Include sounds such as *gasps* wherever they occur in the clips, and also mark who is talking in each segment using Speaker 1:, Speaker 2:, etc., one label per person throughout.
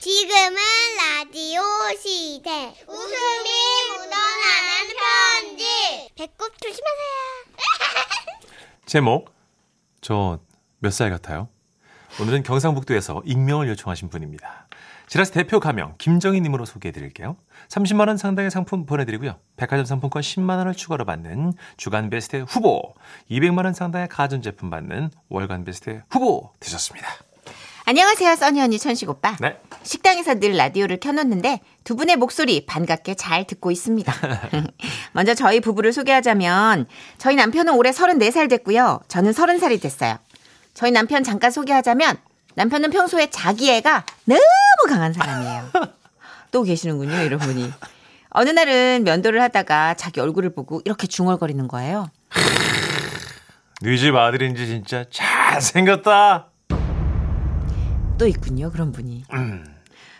Speaker 1: 지금은 라디오 시대. 웃음이 묻어나는 편지. 배꼽 조심하세요.
Speaker 2: 제목 저 몇 살 같아요? 오늘은 경상북도에서 익명을 요청하신 분입니다. 지라스 대표 가명 김정희님으로 소개해드릴게요. 30만 원 상당의 상품 보내드리고요. 백화점 상품권 10만 원을 추가로 받는 주간 베스트 후보, 200만 원 상당의 가전 제품 받는 월간 베스트 후보 되셨습니다.
Speaker 3: 안녕하세요, 써니 언니 천식 오빠.
Speaker 2: 네,
Speaker 3: 식당에서 늘 라디오를 켜놓는데 두 분의 목소리 반갑게 잘 듣고 있습니다. 먼저 저희 부부를 소개하자면 저희 남편은 올해 34살 됐고요. 저는 30살이 됐어요. 저희 남편 잠깐 소개하자면 남편은 평소에 자기애가 너무 강한 사람이에요. 또 계시는군요, 이런 분이. 어느 날은 면도를 하다가 자기 얼굴을 보고 이렇게 중얼거리는 거예요.
Speaker 2: 네 집 아들인지 진짜 잘 생겼다.
Speaker 3: 또 있군요 그런 분이.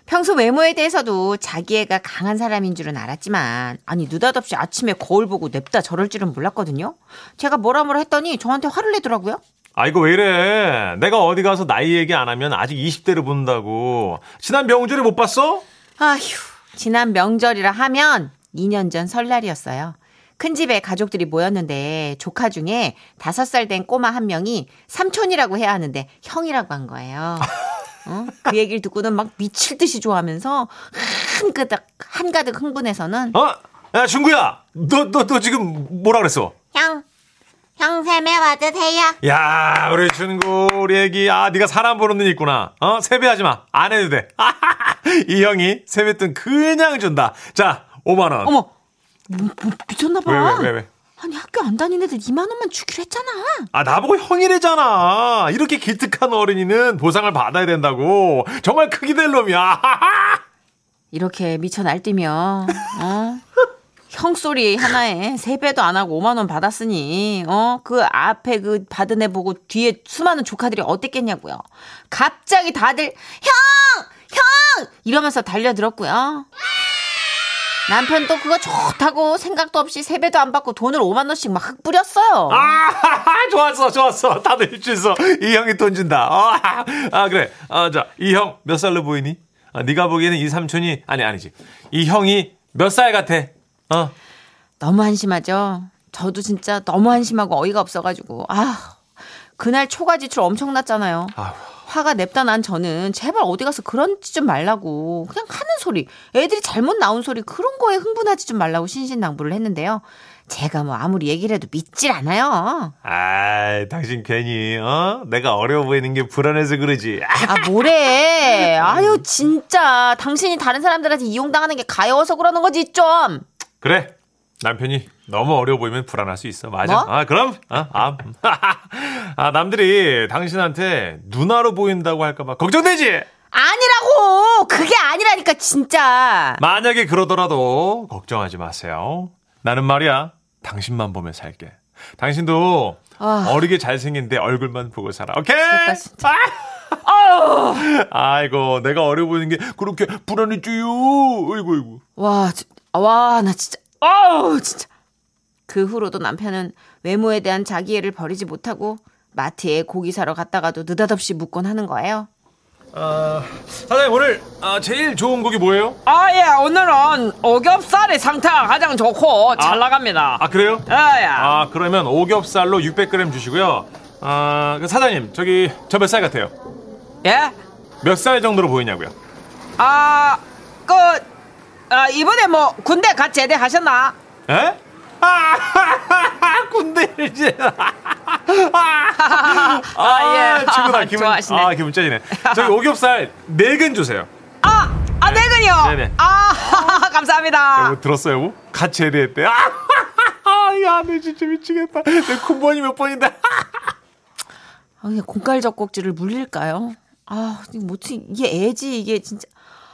Speaker 3: 평소 외모에 대해서도 자기애가 강한 사람인 줄은 알았지만 아니 느닷없이 아침에 거울 보고 냅다 저럴 줄은 몰랐거든요. 제가 뭐라 뭐라 했더니 저한테 화를 내더라고요.
Speaker 2: 아 이거 왜 이래? 내가 어디 가서 나이 얘기 안 하면 아직 20대를 본다고. 지난 명절에 못 봤어?
Speaker 3: 아휴 지난 명절이라 하면 2년 전 설날이었어요. 큰 집에 가족들이 모였는데 조카 중에 5살 된 꼬마 한 명이 삼촌이라고 해야 하는데 형이라고 한 거예요. 어? 그 얘기를 듣고는 막 미칠 듯이 좋아하면서 한가득 한가득 흥분해서는
Speaker 2: 어? 야, 중구야! 너, 너, 너 지금 뭐라 그랬어?
Speaker 1: 형, 형 샘에 와주세요.
Speaker 2: 야, 우리 준구, 우리 애기. 아, 네가 사람 보는 눈이 있구나. 어? 세배하지 마. 안 해도 돼. *laughs* 이 형이 세뱃돈 그냥 준다. 자, 5만원.
Speaker 3: 어머 뭐, 뭐, 미쳤나 봐.
Speaker 2: 아. 왜, 왜, 왜, 왜?
Speaker 3: 아니 학교 안 다니는 애들 2만 원만 주기로 했잖아.
Speaker 2: 아, 나보고 형이래잖아. 이렇게 기특한 어른이는 보상을 받아야 된다고. 정말 크기 될 놈이야. *laughs*
Speaker 3: 이렇게 미쳐 날뛰며 어? *laughs* 형 소리 하나에 세 배도 안 하고 5만 원 받았으니 어? 그 앞에 그 받은 애 보고 뒤에 수많은 조카들이 어땠겠냐고요. 갑자기 다들 형! 형! 이러면서 달려들었고요. 남편도 그거 좋다고 생각도 없이 세 배도 안 받고 돈을 5만 원씩 막 흙 뿌렸어요.
Speaker 2: 아, *laughs* 좋았어, 좋았어. 다들 일주일서 이 형이 돈 준다. 어, *laughs* 아, 아, 그래. 아, 자, 이 형 몇 살로 보이니? 아, 네가 보기에는 이 삼촌이 아니 아니지. 이 형이 몇 살 같아? 어,
Speaker 3: 너무 한심하죠. 저도 진짜 너무 한심하고 어이가 없어가지고 아 그날 초과 지출 엄청 났잖아요.
Speaker 2: 아휴.
Speaker 3: 화가 냅다 난 저는 제발 어디 가서 그런 짓 좀 말라고 그냥 하는 소리 애들이 잘못 나온 소리 그런 거에 흥분하지 좀 말라고 신신당부를 했는데요. 제가 뭐 아무리 얘기를 해도 믿질 않아요.
Speaker 2: 아, 당신 괜히 어 내가 어려워 보이는 게 불안해서 그러지. 아,
Speaker 3: 아 뭐래? 아유 진짜 당신이 다른 사람들한테 이용당하는 게 가여워서 그러는 거지 좀.
Speaker 2: 그래. 남편이 너무 어려워 보이면 불안할 수 있어. 맞아.
Speaker 3: 뭐?
Speaker 2: 아, 그럼 아, 아, *laughs* 아, 남들이 당신한테 누나로 보인다고 할까봐 걱정되지.
Speaker 3: 아니라고 그게 아니라니까 진짜.
Speaker 2: 만약에 그러더라도 걱정하지 마세요. 나는 말이야, 당신만 보면 살게. 당신도
Speaker 3: 아.
Speaker 2: 어리게 잘생긴데 얼굴만 보고 살아. 오케이?
Speaker 3: 미치겠다, 진짜.
Speaker 2: 아! 이고 내가 어려 보이는 게 그렇게 불안했지요. 아이고, 아이고.
Speaker 3: 와, 지- 와, 나 진짜, 아우, 진짜. 그 후로도 남편은 외모에 대한 자기애를 버리지 못하고 마트에 고기 사러 갔다가도 느닷없이 묻곤 하는 거예요.
Speaker 2: 아, 사장님, 오늘 아, 제일 좋은 곡이 뭐예요?
Speaker 4: 아, 예, 오늘은 오겹살의 상태가 가장 좋고 잘 나갑니다.
Speaker 2: 아, 그래요?
Speaker 4: 아, 예.
Speaker 2: 아, 그러면 오겹살로 600g 주시고요. 아, 그 사장님, 저기, 저 몇 살 같아요?
Speaker 4: 예?
Speaker 2: 몇 살 정도로 보이냐고요?
Speaker 4: 아, 그, 아, 이번에 뭐 군대 갓 제대하셨나?
Speaker 2: 에? 아, *laughs* 군대를 이제. 아,
Speaker 4: 예.
Speaker 2: 친구다.
Speaker 4: 아,
Speaker 2: 기분,
Speaker 4: 좋아하시네.
Speaker 2: 아, 기분 짜지네. 저기 오겹살 4근 주세요.
Speaker 4: 아, 아,
Speaker 2: 네.
Speaker 4: 내근요.
Speaker 2: 네네.
Speaker 4: 아, *laughs* 감사합니다.
Speaker 2: 여보, 들었어요, 여보? 갓 제대했대. 아, 야, 내 진짜 미치겠다. 내 군번이 몇 번인데.
Speaker 3: 아, 그냥 공갈 젖꼭지를 물릴까요? 아, 이거 뭐, 어떻게- 이게 애지, 이게 진짜.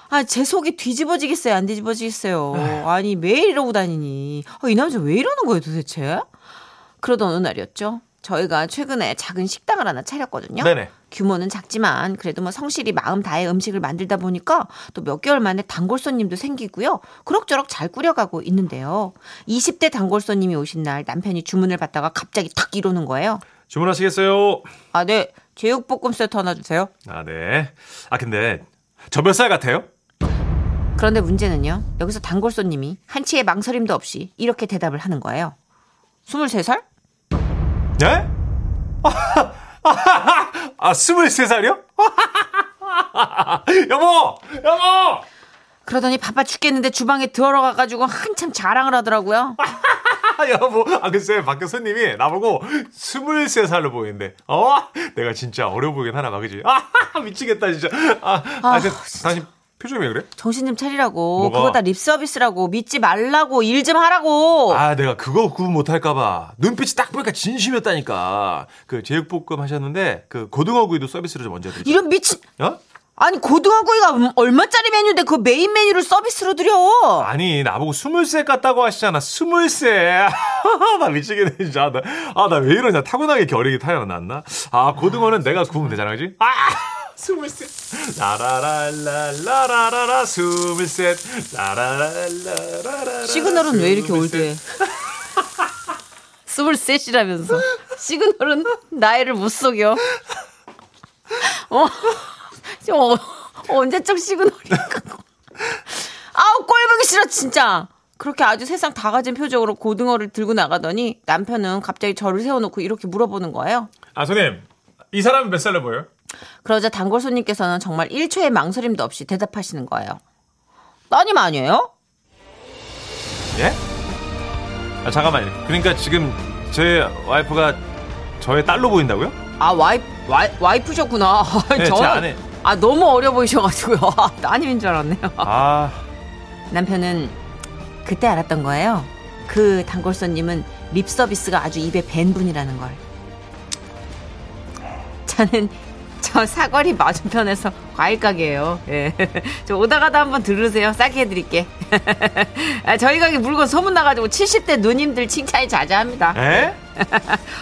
Speaker 3: 아, 제 속이 뒤집어지겠어요, 안 뒤집어지겠어요. 아니, 매일 이러고 다니니. 아, 이 남자 왜 이러는 거예요, 도대체? 그러던 어느 날이었죠. 저희가 최근에 작은 식당을 하나 차렸거든요.
Speaker 2: 네네.
Speaker 3: 규모는 작지만 그래도 뭐 성실히 마음 다해 음식을 만들다 보니까 또 몇 개월 만에 단골 손님도 생기고요. 그럭저럭 잘 꾸려가고 있는데요. 20대 단골 손님이 오신 날 남편이 주문을 받다가 갑자기 탁 이러는 거예요.
Speaker 2: 주문하시겠어요?
Speaker 3: 아, 네. 제육볶음 세트 하나 주세요.
Speaker 2: 아, 네. 아, 근데 저 몇 살 같아요?
Speaker 3: 그런데 문제는요. 여기서 단골 손님이 한치의 망설임도 없이 이렇게 대답을 하는 거예요. 23살?
Speaker 2: 네? 아, 23살이요? *laughs* 여보! 여보!
Speaker 3: 그러더니 바빠 죽겠는데 주방에 들어가가지고 한참 자랑을 하더라고요.
Speaker 2: 아, 여보. 아, 글쎄, 밖에 손님이 나보고 23살로 보이는데. 어? 내가 진짜 어려 보이긴 하나 봐, 그지? 아, *laughs* 미치겠다, 진짜. 아, 아, 근데 당신 표정이 왜 그래?
Speaker 3: 정신 좀 차리라고.
Speaker 2: 뭐가?
Speaker 3: 그거 다 립서비스라고. 믿지 말라고. 일 좀 하라고.
Speaker 2: 아, 내가 그거 구분 못할까봐. 눈빛이 딱 보니까 진심이었다니까. 그 제육볶음 하셨는데, 그 고등어 구이도 서비스로 좀 얹어드릴게요.
Speaker 3: 이런 미친.
Speaker 2: 어?
Speaker 3: 아니 고등어구이가 얼마짜리 메뉴인데 그 메인 메뉴를 서비스로 드려.
Speaker 2: 아니 나보고 스물세 같다고 하시잖아 스물세 *laughs* 나 미치겠네 진짜 아나 왜 이러냐 타고나게 결핵이 타고났나 아 고등어는 내가 구우면 되잖아 그지 아 *laughs* 스물세 라라랄라라라라 스물셋 라라랄라라라
Speaker 3: 시그널은 왜
Speaker 2: 아,
Speaker 3: 이렇게 올드해? *laughs* 스물셋이라면서 시그널은 나이를 못 속여. 어, 저 어, 언제적 시그널인가? 아우 꼴보기 싫어 진짜. 그렇게 아주 세상 다 가진 표정으로 고등어를 들고 나가더니 남편은 갑자기 저를 세워놓고 이렇게 물어보는 거예요.
Speaker 2: 아 손님 이 사람은 몇 살로 보여요?
Speaker 3: 그러자 단골 손님께서는 정말 1초의 망설임도 없이 대답하시는 거예요. 따님 아니에요?
Speaker 2: 예? 아 잠깐만요 그러니까 지금 제 와이프가 저의 딸로 보인다고요?
Speaker 3: 아 와이 와이 와이프셨구나. *laughs*
Speaker 2: 네, 제
Speaker 3: 저는-
Speaker 2: 아내.
Speaker 3: 아 너무 어려 보이셔가지고요. *laughs* 아, 따님인 줄 알았네요. *laughs*
Speaker 2: 아
Speaker 3: 남편은 그때 알았던 거예요. 그 단골 손님은 립 서비스가 아주 입에 밴 분이라는 걸. 저는 저 사거리 맞은편에서 과일 가게예요. 예. *laughs* 저 오다가다 한번 들으세요. 싸게 해드릴게. *laughs* 아, 저희 가게 물건 소문 나가지고 70대 누님들 칭찬이 자자합니다. *laughs*
Speaker 2: 에? 예?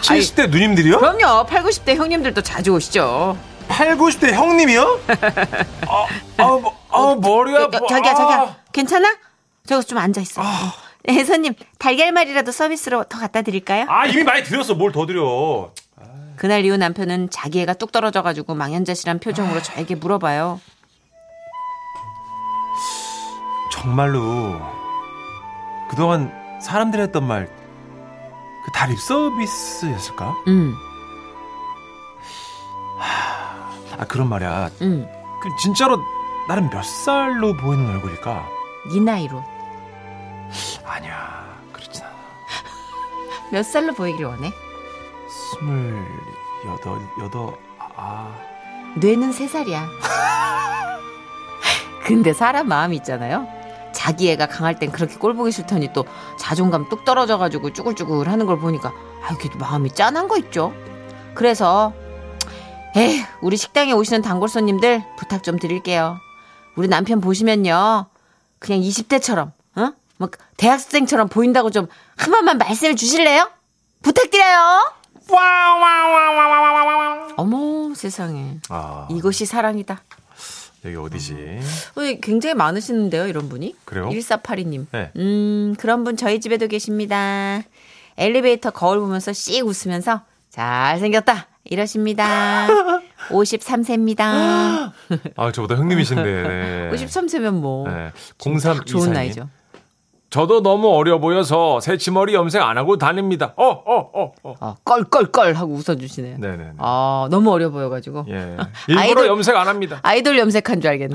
Speaker 2: 70대 누님들이요?
Speaker 3: 그럼요. 8, 90대 형님들도 자주 오시죠.
Speaker 2: 8, 90대 *laughs* 형님이요? 아, 아, 뭐, 아 머리가
Speaker 3: 어,
Speaker 2: 뭐,
Speaker 3: 자기야
Speaker 2: 아.
Speaker 3: 자기야 괜찮아? 저거 좀 앉아 있어. 예, 손님 달걀말이라도 서비스로 더 갖다 드릴까요?
Speaker 2: 아, 이미 많이 드렸어. 뭘 더 드려.
Speaker 3: 그날 이후 남편은 자기 애가 뚝 떨어져가지고 망연자실한
Speaker 2: 아.
Speaker 3: 표정으로 저에게 물어봐요.
Speaker 2: 정말로 그동안 사람들이 했던 말 그 다 립서비스였을까?
Speaker 3: 음,
Speaker 2: 아, 그런 말이야.
Speaker 3: 음,
Speaker 2: 그 진짜로 나는 몇 살로 보이는 얼굴일까?
Speaker 3: 네 나이로
Speaker 2: 아니야. 그렇진 않아.
Speaker 3: 몇 살로 보이길 원해?
Speaker 2: 스물 여덟, 여덟, 아.
Speaker 3: 뇌는 세 살이야. 근데 사람 마음이 있잖아요. 자기 애가 강할 땐 그렇게 꼴보기 싫더니 또 자존감 뚝 떨어져가지고 쭈글쭈글 하는 걸 보니까 아 이게 마음이 짠한 거 있죠. 그래서 에휴 우리 식당에 오시는 단골 손님들 부탁 좀 드릴게요. 우리 남편 보시면요 그냥 20대처럼 어? 막 대학생처럼 보인다고 좀 한 번만 말씀해 주실래요? 부탁드려요. 어머 세상에
Speaker 2: 아,
Speaker 3: 이것이 사랑이다.
Speaker 2: 여기 어디지?
Speaker 3: 어, 굉장히 많으시는데요, 이런 분이?
Speaker 2: 그래요?
Speaker 3: 1482님.
Speaker 2: 네.
Speaker 3: 음, 그런 분 저희 집에도 계십니다. 엘리베이터 거울 보면서 씩 웃으면서 잘생겼다!
Speaker 2: *laughs*
Speaker 3: 이러십니다. 53세입니다.
Speaker 2: 아, 저보다 형님이신데. 네.
Speaker 3: 53세면 뭐.
Speaker 2: 네.
Speaker 3: 딱
Speaker 2: 03
Speaker 3: 좋은
Speaker 2: 이사님.
Speaker 3: 나이죠.
Speaker 2: 저도 너무 어려 보여서 새치머리 염색 안 하고 다닙니다. 어, 어, 어, 어.
Speaker 3: 어, 껄껄껄 하고 웃어주시네요.
Speaker 2: 네네.
Speaker 3: 아, 너무 어려 보여가지고.
Speaker 2: 예. 일부러
Speaker 3: 아이돌-
Speaker 2: 염색 안 합니다.
Speaker 3: 아이돌 염색한 줄
Speaker 2: *laughs*
Speaker 3: 알겠네.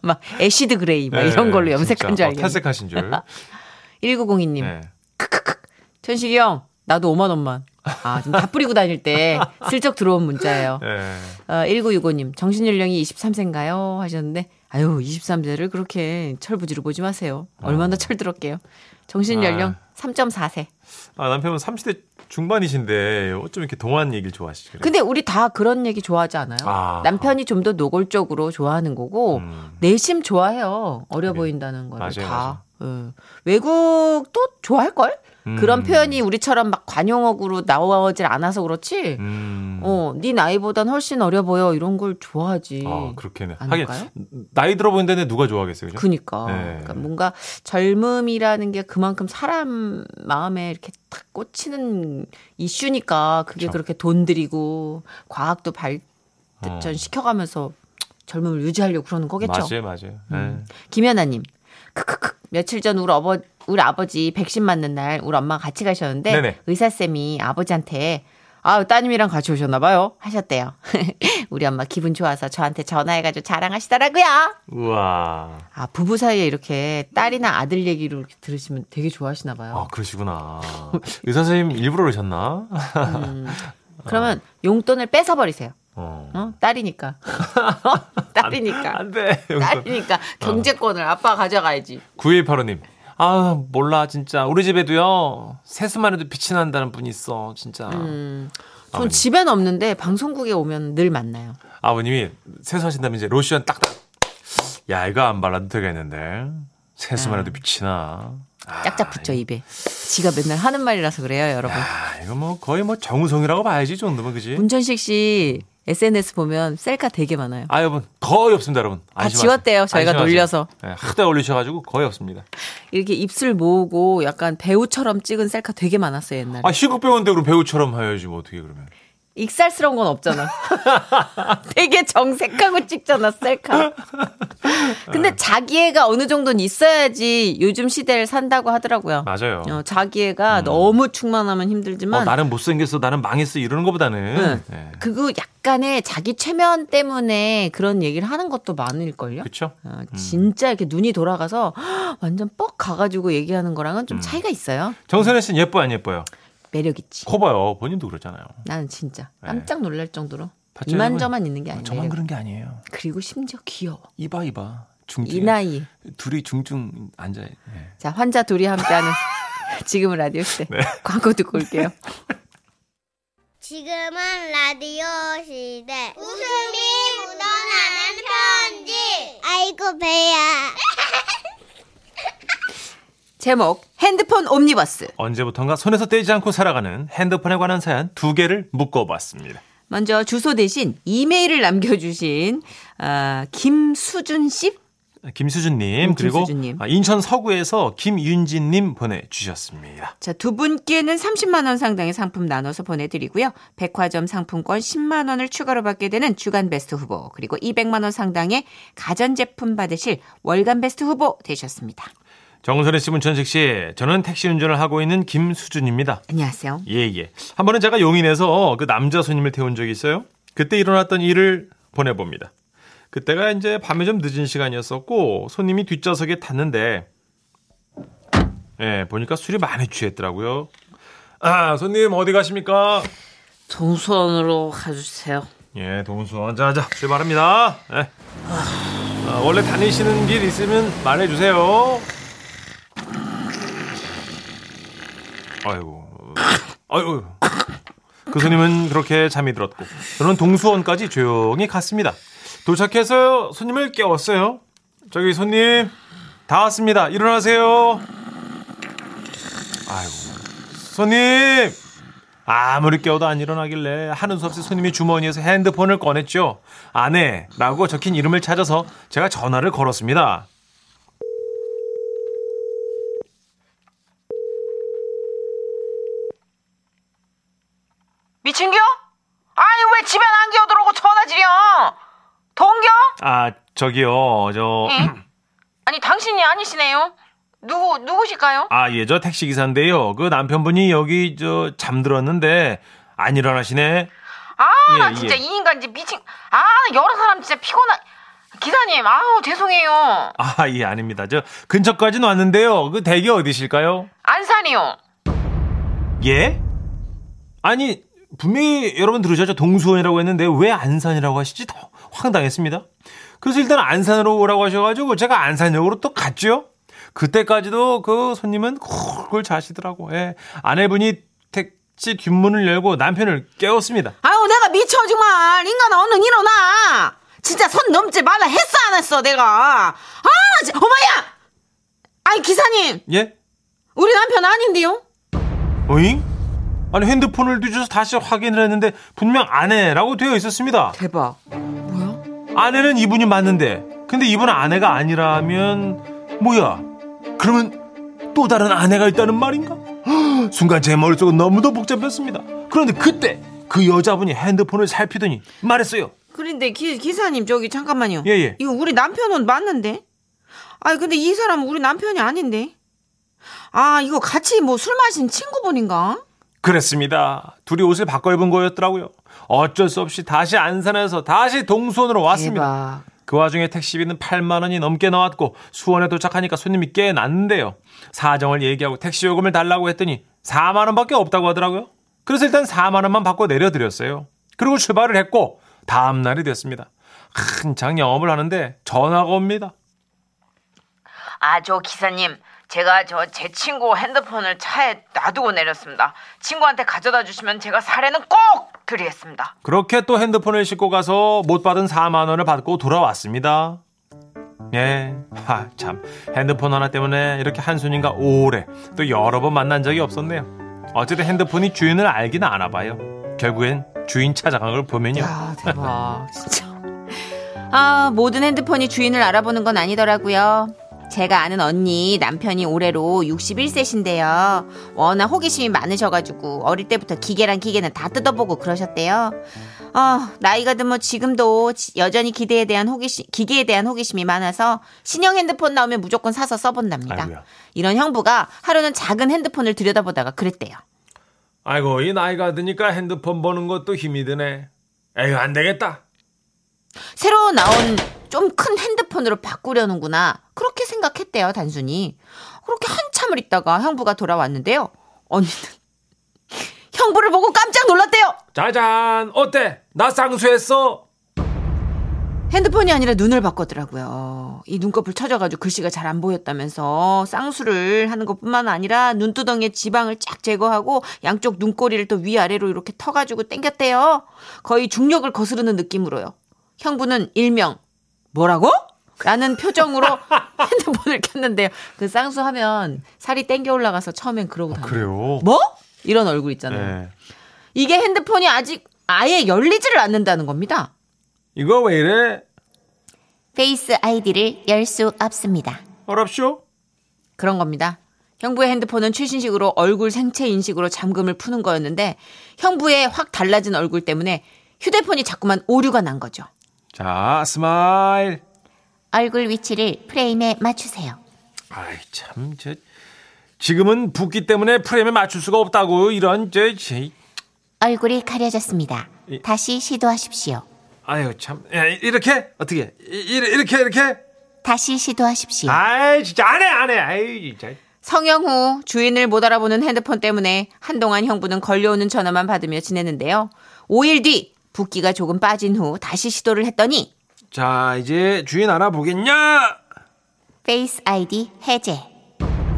Speaker 3: 막, 애시드 그레이, 막 아, 이런 걸로 염색한 줄
Speaker 2: 네, 진짜. 어,
Speaker 3: 알겠네.
Speaker 2: 탈색하신
Speaker 3: *laughs*
Speaker 2: 줄.
Speaker 3: 1902님.
Speaker 2: 예.
Speaker 3: 크크크. 천식이 형, 나도 5만 원만. 아, 지금 다 뿌리고
Speaker 2: *laughs*
Speaker 3: 다닐 때 슬쩍 들어온 문자예요.
Speaker 2: 예.
Speaker 3: 어, 1965님, 정신연령이 23세인가요? 하셨는데, 아유, 23세를 그렇게 철부지로 보지 마세요. 얼마나 철들었게요. 정신연령 3.4세.
Speaker 2: 아, 남편은 30대 중반이신데 어쩜 이렇게 동안 얘기를 좋아하시지? 그래?
Speaker 3: 근데 우리 다 그런 얘기 좋아하지 않아요?
Speaker 2: 아.
Speaker 3: 남편이 좀 더 노골적으로 좋아하는 거고,
Speaker 2: 음.
Speaker 3: 내심 좋아해요. 어려
Speaker 2: 그래.
Speaker 3: 보인다는 거를
Speaker 2: 맞아요,
Speaker 3: 다. 예. 외국도 좋아할걸?
Speaker 2: 음.
Speaker 3: 그런 표현이 우리처럼 막 관용어구로 나오질 않아서 그렇지,
Speaker 2: 음.
Speaker 3: 어, 네 나이보단 훨씬 어려 보여. 이런 걸 좋아하지.
Speaker 2: 아, 그렇게는. 하긴
Speaker 3: 아닐까요?
Speaker 2: 나이 들어 보이는데 누가 좋아하겠어요. 그죠?
Speaker 3: 그니까.
Speaker 2: 네.
Speaker 3: 그러니까 뭔가 젊음이라는 게 그만큼 사람 마음에 이렇게 탁 꽂히는 이슈니까 그게
Speaker 2: 그쵸.
Speaker 3: 그렇게 돈 들이고 과학도 발전
Speaker 2: 어.
Speaker 3: 시켜가면서 젊음을 유지하려고 그러는 거겠죠.
Speaker 2: 맞아요, 맞아요.
Speaker 3: 음.
Speaker 2: 예.
Speaker 3: 김연아님, 크크크. 며칠 전 우리, 어버, 우리 아버지 백신 맞는 날 우리 엄마가 같이 가셨는데
Speaker 2: 네네.
Speaker 3: 의사쌤이 아버지한테 아 따님이랑 같이 오셨나봐요 하셨대요. *laughs* 우리 엄마 기분 좋아서 저한테 전화해가지고 자랑하시더라고요.
Speaker 2: 우와.
Speaker 3: 아 부부 사이에 이렇게 딸이나 아들 얘기로 이렇게 들으시면 되게 좋아하시나봐요.
Speaker 2: 아, 그러시구나. 의사 선생님 일부러
Speaker 3: *laughs*
Speaker 2: 그러셨나?
Speaker 3: 그러면 용돈을 뺏어 버리세요.
Speaker 2: 어.
Speaker 3: 어? 딸이니까. 어?
Speaker 2: *laughs*
Speaker 3: 딸이니까.
Speaker 2: 안 돼.
Speaker 3: 딸이니까 경제권을 아빠 가져가야지.
Speaker 2: 9185님. 아, 몰라, 진짜. 우리 집에도요, 세수만 해도 빛이 난다는 분이 있어, 진짜.
Speaker 3: 음. 전 집엔 없는데 방송국에 오면 늘 만나요.
Speaker 2: 아버님이 세수하신다면 이제 로션 딱딱. 야, 이거 안 발라도 되겠는데. 세수만
Speaker 3: 음.
Speaker 2: 해도 빛이 나. 아,
Speaker 3: 짝짝 붙죠 입에. 지가 맨날 하는 말이라서 그래요, 여러분.
Speaker 2: 아, 이거 뭐 거의 뭐 정우성이라고 봐야지, 이 정도면, 그지?
Speaker 3: 문천식 씨 SNS 보면 셀카 되게 많아요.
Speaker 2: 아, 여러분, 거의 없습니다, 여러분.
Speaker 3: 다
Speaker 2: 안심하세요.
Speaker 3: 지웠대요, 저희가
Speaker 2: 안심하세요.
Speaker 3: 놀려서.
Speaker 2: 예, 하다 올리셔가지고 거의 없습니다.
Speaker 3: 이렇게 입술 모으고 약간 배우처럼 찍은 셀카 되게 많았어요 옛날에.
Speaker 2: 아, 희극 배우인데 그럼 배우처럼 해야지, 뭐 어떻게 그러면.
Speaker 3: 익살스러운 건 없잖아. *laughs* 되게 정색하고 찍잖아 셀카. 근데 자기애가 어느 정도는 있어야지 요즘 시대를 산다고 하더라고요.
Speaker 2: 맞아요. 음.
Speaker 3: 어, 자기애가 너무 충만하면 힘들지만
Speaker 2: 어, 나는 못생겼어, 나는 망했어, 이러는 것보다는.
Speaker 3: 네.
Speaker 2: 예.
Speaker 3: 그거 약간의 자기 최면 때문에 그런 얘기를 하는 것도 많을걸요.
Speaker 2: 그쵸?
Speaker 3: 어, 진짜 이렇게 눈이 돌아가서 *gasps* 헉, 완전 뻑 가가지고 얘기하는 거랑은
Speaker 2: 음.
Speaker 3: 좀 차이가 있어요.
Speaker 2: 정선혜 씨는 예뻐요, 안 예뻐요?
Speaker 3: 매력 있지.
Speaker 2: 커봐요. 본인도 그러잖아요.
Speaker 3: 나는 진짜
Speaker 2: 네.
Speaker 3: 깜짝 놀랄 정도로
Speaker 2: 봤죠,
Speaker 3: 이만저만 있는 게 네, 아니에요.
Speaker 2: 저만 그런 게 아니에요.
Speaker 3: 그리고 심지어 귀여워.
Speaker 2: 이봐, 이봐. 중증.
Speaker 3: 이 나이.
Speaker 2: 둘이 중증 앉아. 예.
Speaker 3: 자, 환자 둘이 함께하는 지금은 라디오 시대. 광고 듣고 올게요.
Speaker 1: 지금은 라디오 시대. 웃음이 묻어나는 편지. 아이고, 배야.
Speaker 3: 제목 핸드폰 옴니버스.
Speaker 2: 언제부턴가 손에서 떼지 않고 살아가는 핸드폰에 관한 사연 두 개를 묶어봤습니다.
Speaker 3: 먼저 주소 대신 이메일을 남겨주신 아, 김수준 씨
Speaker 2: 김수준님 그리고
Speaker 3: 음, 김수준님.
Speaker 2: 아, 인천 서구에서 김윤진님 보내주셨습니다.
Speaker 3: 자, 두 분께는 30만 원 상당의 상품 나눠서 보내 드리고요. 백화점 상품권 10만 원을 추가로 받게 되는 주간 베스트 후보, 그리고 200만 원 상당의 가전 제품 받으실 월간 베스트 후보 되셨습니다.
Speaker 2: 정선혜 씨, 문천식 씨, 저는 택시 운전을 하고 있는 김수준입니다.
Speaker 3: 안녕하세요.
Speaker 2: 예, 예. 한 번은 제가 용인에서 그 남자 손님을 태운 적이 있어요. 그때 일어났던 일을 보내봅니다. 그때가 이제 밤에 좀 늦은 시간이었었고, 손님이 뒷좌석에 탔는데, 예, 보니까 술이 많이 취했더라고요. 아, 손님, 어디 가십니까?
Speaker 3: 동선으로 가주세요.
Speaker 2: 예, 동수, 자자, 출발합니다. 예. 아, 원래 다니시는 길 있으면 말해주세요. 아이고, 아이고. 그 손님은 그렇게 잠이 들었고, 저는 동수원까지 조용히 갔습니다. 도착해서 손님을 깨웠어요. 저기 손님, 다 왔습니다. 일어나세요. 아이고, 손님! 아무리 깨워도 안 일어나길래 하는 수 없이 손님이 주머니에서 핸드폰을 꺼냈죠. 아내라고 적힌 이름을 찾아서 제가 전화를 걸었습니다.
Speaker 4: 미친겨? 아니 왜 집에 안 기어들어오고 전화 지려? 동겨?
Speaker 2: 아 저기요
Speaker 4: 응? 아니 당신이 아니시네요. 누구 누구실까요?
Speaker 2: 저 아 예 저 택시 기사인데요. 그 남편분이 여기 저 잠들었는데 안 일어나시네.
Speaker 4: 아, 나
Speaker 2: 예,
Speaker 4: 진짜
Speaker 2: 예.
Speaker 4: 이 인간 이제 미친. 아, 여러 사람 진짜 피곤한. 기사님, 아우 죄송해요.
Speaker 2: 아 예 아닙니다. 저 근처까지는 왔는데요. 그 댁이 어디실까요?
Speaker 4: 안산이요.
Speaker 2: 예? 아니 분명히 여러분 들으셨죠? 동수원이라고 했는데 왜 안산이라고 하시지? 더 황당했습니다. 그래서 일단 안산으로 오라고 하셔가지고 제가 안산역으로 또 갔죠. 그때까지도 그 손님은 콜콜 자시더라고. 예. 아내분이 택시 뒷문을 열고 남편을 깨웠습니다.
Speaker 3: 아우, 내가 미쳐 정말. 인간아, 얼른 일어나. 진짜 선 넘지 말라 했어 안 했어, 내가. 아, 나 진짜. 어머야! 아니, 기사님.
Speaker 2: 예?
Speaker 3: 우리 남편 아닌데요?
Speaker 2: 어잉? 아니 핸드폰을 뒤져서 다시 확인을 했는데 분명 아내라고 되어 있었습니다.
Speaker 3: 대박. 뭐야?
Speaker 2: 아내는 이분이 맞는데 근데 이분은 아내가 아니라면 뭐야 그러면 또 다른 아내가 있다는 말인가 헉, 순간 제 머릿속은 너무도 복잡했습니다 그런데 그때 그 여자분이 핸드폰을 살피더니 말했어요
Speaker 3: 그런데 기, 기사님 저기 잠깐만요.
Speaker 2: 예, 예.
Speaker 3: 이거 우리 남편 옷 맞는데? 아 근데 이 사람 우리 남편이 아닌데? 아 이거 같이 뭐 술 마신 친구분인가?
Speaker 2: 그랬습니다. 둘이 옷을 바꿔 입은 거였더라고요. 어쩔 수 없이 다시 안산에서 다시 동수원으로 왔습니다.
Speaker 3: 대박.
Speaker 2: 그 와중에 택시비는 8만 원이 넘게 나왔고 수원에 도착하니까 손님이 꽤 났는데요. 사정을 얘기하고 택시 요금을 달라고 했더니 4만 원밖에 없다고 하더라고요. 그래서 일단 4만 원만 받고 내려드렸어요. 그리고 출발을 했고 다음 날이 됐습니다. 한창 영업을 하는데 전화가 옵니다.
Speaker 4: 아 저 기사님 제가 저 제 친구 핸드폰을 차에 놔두고 내렸습니다. 친구한테 가져다 주시면 제가 사례는 꼭 드리겠습니다.
Speaker 2: 그렇게 또 핸드폰을 싣고 가서 못 받은 4만 원을 받고 돌아왔습니다. 예, 하, 참 핸드폰 하나 때문에 이렇게 한순인가 오래 또 여러 번 만난 적이 없었네요. 어쨌든 핸드폰이 주인을 알긴 아나 봐요. 결국엔 주인 찾아간 걸 보면요.
Speaker 3: 야 대박 *laughs* 진짜. 아 모든 핸드폰이 주인을 알아보는 건 아니더라고요. 제가 아는 언니 남편이 올해로 61세신데요. 워낙 호기심이 많으셔가지고 어릴 때부터 기계란 기계는 다 뜯어보고 그러셨대요. 어, 나이가 들면 지금도 지- 여전히 기대에 대한 호기심, 기계에 대한 호기심이 많아서 신형 핸드폰 나오면 무조건 사서 써본답니다.
Speaker 2: 아이고야.
Speaker 3: 이런 형부가 하루는 작은 핸드폰을 들여다보다가 그랬대요.
Speaker 2: 아이고 이 나이가 드니까 핸드폰 보는 것도 힘이 드네. 에휴 안 되겠다.
Speaker 3: 새로 나온 좀 큰 핸드폰으로 바꾸려는구나. 그렇게 생각했대요, 단순히. 그렇게 한참을 있다가 형부가 돌아왔는데요. 언니는 *laughs* 형부를 보고 깜짝 놀랐대요.
Speaker 2: 짜잔 어때? 나 쌍수했어.
Speaker 3: 핸드폰이 아니라 눈을 바꿨더라고요. 이 눈꺼풀 쳐져가지고 글씨가 잘 안 보였다면서 쌍수를 하는 것뿐만 아니라 눈두덩이에 지방을 쫙 제거하고 양쪽 눈꼬리를 또 위아래로 이렇게 터가지고 당겼대요. 거의 중력을 거스르는 느낌으로요. 형부는 일명 뭐라고? 라는 표정으로 핸드폰을 켰는데요. 그 쌍수하면 살이 땡겨 올라가서 처음엔 그러고 다녀요.
Speaker 2: 그래요.
Speaker 3: 뭐? 이런 얼굴 있잖아요.
Speaker 2: 네.
Speaker 3: 이게 핸드폰이 아직 아예 열리지를 않는다는 겁니다.
Speaker 2: 이거 왜 이래?
Speaker 3: 페이스 아이디를 열 수 없습니다.
Speaker 2: 어렵쇼?
Speaker 3: 그런 겁니다. 형부의 핸드폰은 최신식으로 얼굴 생체 인식으로 잠금을 푸는 거였는데 형부의 확 달라진 얼굴 때문에 휴대폰이 자꾸만 오류가 난 거죠.
Speaker 2: 자 스마일.
Speaker 3: 얼굴 위치를 프레임에 맞추세요.
Speaker 2: 아이 참, 저 지금은 붓기 때문에 프레임에 맞출 수가 없다고 이런 저, 제
Speaker 3: 얼굴이 가려졌습니다.
Speaker 2: 이-
Speaker 3: 다시 시도하십시오.
Speaker 2: 아유 참, 야, 이- 이렇게 어떻게 이- 이- 이렇게 이렇게?
Speaker 3: 다시 시도하십시오.
Speaker 2: 아이 진짜 안해 안해, 아이 진짜.
Speaker 3: 성형 후 주인을 못 알아보는 핸드폰 때문에 한동안 형부는 걸려오는 전화만 받으며 지냈는데요. 5일 뒤 붓기가 조금 빠진 후 다시 시도를 했더니
Speaker 2: 자 이제 주인 알아보겠냐?
Speaker 3: 페이스 아이디 해제.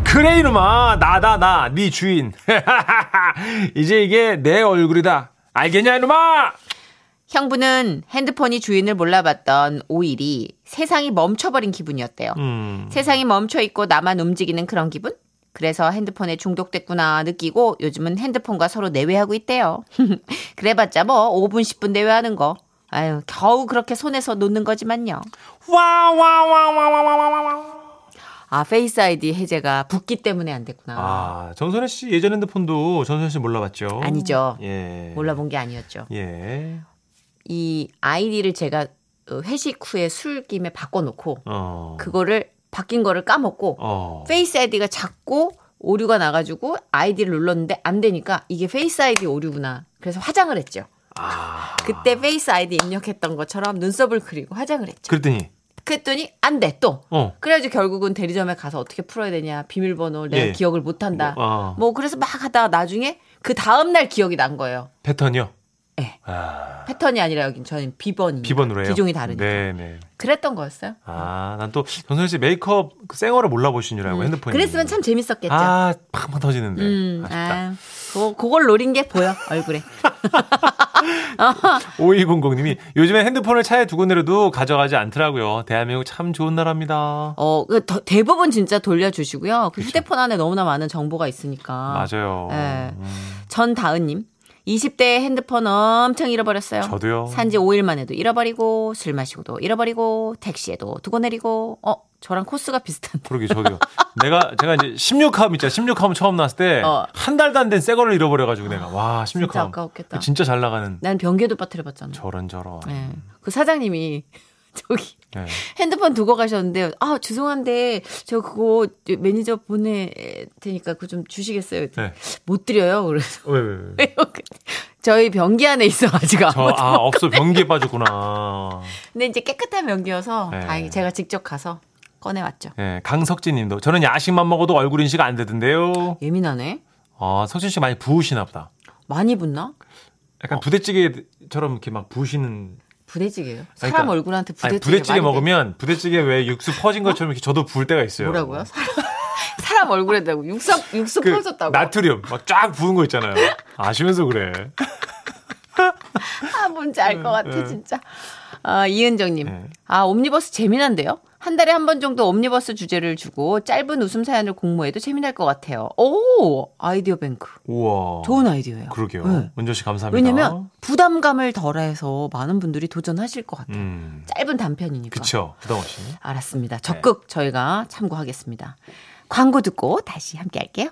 Speaker 2: 그래 이놈아 나다 나네 주인. *laughs* 이제 이게 내 얼굴이다. 알겠냐 이놈아?
Speaker 3: 형부는 핸드폰이 주인을 몰라봤던 5일이 세상이 멈춰버린 기분이었대요.
Speaker 2: 음.
Speaker 3: 세상이 멈춰있고 나만 움직이는 그런 기분? 그래서 핸드폰에 중독됐구나 느끼고 요즘은 핸드폰과 서로 내외하고 있대요. *laughs* 그래봤자 뭐 5분, 10분 내외하는 거. 아유, 겨우 그렇게 손에서 놓는 거지만요.
Speaker 2: 와와와와와와와와.
Speaker 3: 아, 페이스 아이디 해제가 붓기 때문에 안 됐구나.
Speaker 2: 아 정선혜 씨 예전 핸드폰도 정선혜 씨 몰라봤죠?
Speaker 3: 아니죠.
Speaker 2: 예.
Speaker 3: 몰라본 게 아니었죠.
Speaker 2: 예.
Speaker 3: 이 아이디를 제가 어, 회식 후에 술김에 바꿔놓고
Speaker 2: 어.
Speaker 3: 그거를 바뀐 거를 까먹고
Speaker 2: 어.
Speaker 3: 페이스 아이디가 작고 오류가 나가지고 아이디를 눌렀는데 안 되니까 이게 페이스 아이디 오류구나. 그래서 화장을 했죠.
Speaker 2: 아.
Speaker 3: 그때 페이스 아이디 입력했던 것처럼 눈썹을 그리고 화장을 했죠.
Speaker 2: 그랬더니
Speaker 3: 그랬더니 안 돼 또.
Speaker 2: 어.
Speaker 3: 그래가지고 결국은 대리점에 가서 어떻게 풀어야 되냐 비밀번호 내가
Speaker 2: 예.
Speaker 3: 기억을 못한다. 뭐,
Speaker 2: 아.
Speaker 3: 그래서 막 하다가 나중에 그 다음날 기억이 난 거예요.
Speaker 2: 패턴이요?
Speaker 3: 예.
Speaker 2: 아.
Speaker 3: 패턴이 아니라 여긴 저는 비번이
Speaker 2: 비번으로 해요.
Speaker 3: 기종이 다르니까.
Speaker 2: 네, 네.
Speaker 3: 그랬던 거였어요.
Speaker 2: 아, 난 또 정선 씨 메이크업 그 생얼을 몰라 보신 줄 알고 핸드폰이.
Speaker 3: 음, 그랬으면 참 재밌었겠죠.
Speaker 2: 아, 팡팡 터지는데.
Speaker 3: 음,
Speaker 2: 아쉽다.
Speaker 3: 아, 그, 그걸 노린 게 보여 얼굴에.
Speaker 2: 5200님이 요즘에 핸드폰을 차에 두고 내려도 가져가지 않더라고요. 대한민국 참 좋은 나라입니다.
Speaker 3: 어, 그 더- 대부분 진짜 돌려주시고요. 그 휴대폰 안에 너무나 많은 정보가 있으니까.
Speaker 2: 그렇죠. 맞아요.
Speaker 3: 예.
Speaker 2: 음,
Speaker 3: 전다은님. 20대에 핸드폰 엄청 잃어버렸어요.
Speaker 2: 저도요.
Speaker 3: 산지 5일만 해도 잃어버리고, 술 마시고도 잃어버리고, 택시에도 두고 내리고, 어, 저랑 코스가 비슷한데.
Speaker 2: 그러게 저도요. 내가 제가 이제 16함 있잖아. 16함 처음 나왔을 때 한
Speaker 3: 어.
Speaker 2: 달도 안 된 새 거를 잃어버려 가지고 내가 와, 16함.
Speaker 3: 진짜 아까웠겠다.
Speaker 2: 그러니까. 그 진짜 잘 나가는
Speaker 3: 난 변기에도 빠뜨려봤잖아.
Speaker 2: 저런 저런.
Speaker 3: 예. 그 사장님이 *laughs* 저기
Speaker 2: 예.
Speaker 3: 핸드폰 두고 가셨는데 아 죄송한데 저 그거 매니저 보내 테니까 그거 좀 주시겠어요?
Speaker 2: 네.
Speaker 3: 못 드려요. *laughs* 그래서
Speaker 2: 왜, 왜, 왜.
Speaker 3: 저희 변기 안에 있어 가지고
Speaker 2: 저, 아, 없어. 변기에 빠졌구나.
Speaker 3: 근데 이제 깨끗한 변기여서
Speaker 2: 네.
Speaker 3: 다행히 제가 직접 가서 꺼내 왔죠.
Speaker 2: 예, 강석진 님도 저는 야식만 먹어도 얼굴 인식 안 되던데요.
Speaker 3: 예민하네.
Speaker 2: 아, 석진 씨 많이 부으시나 보다.
Speaker 3: 많이 붙나?
Speaker 2: 약간 부대찌개처럼 이렇게 막 부으시는
Speaker 3: 부대찌개요.
Speaker 2: 아니,
Speaker 3: 사람
Speaker 2: 그러니까-
Speaker 3: 얼굴한테 부대찌개,
Speaker 2: 아니, 부대찌개
Speaker 3: 많이
Speaker 2: 먹으면 부대찌개 왜 육수 퍼진 것처럼 이렇게 저도 부을 때가
Speaker 3: 돼.
Speaker 2: 있어요.
Speaker 3: 뭐라고요? 사람, *laughs* 사람 얼굴에다고 육수 육수
Speaker 2: 음. 그
Speaker 3: 퍼졌다고.
Speaker 2: 나트륨 막 쫙 부은 거 있잖아요. 아시면서 그래.
Speaker 3: 아, 뭔지 알 것 같아, 진짜. 아, 이은정님.
Speaker 2: 음, 네.
Speaker 3: 아, 옴니버스 재미난데요? 한 달에 한 번 정도 옴니버스 주제를 주고 짧은 웃음 사연을 공모해도 재미날 것 같아요. 오! 아이디어 뱅크.
Speaker 2: 우와.
Speaker 3: 좋은 아이디어예요.
Speaker 2: 그러게요.
Speaker 3: 네.
Speaker 2: 은조 씨 감사합니다.
Speaker 3: 왜냐면 부담감을 덜해서 많은 분들이 도전하실 것 같아요.
Speaker 2: 음.
Speaker 3: 짧은 단편이니까.
Speaker 2: 그쵸. 네. 부담 없이.
Speaker 3: 알았습니다. 적극 저희가 참고하겠습니다. 광고 듣고 다시 함께 할게요.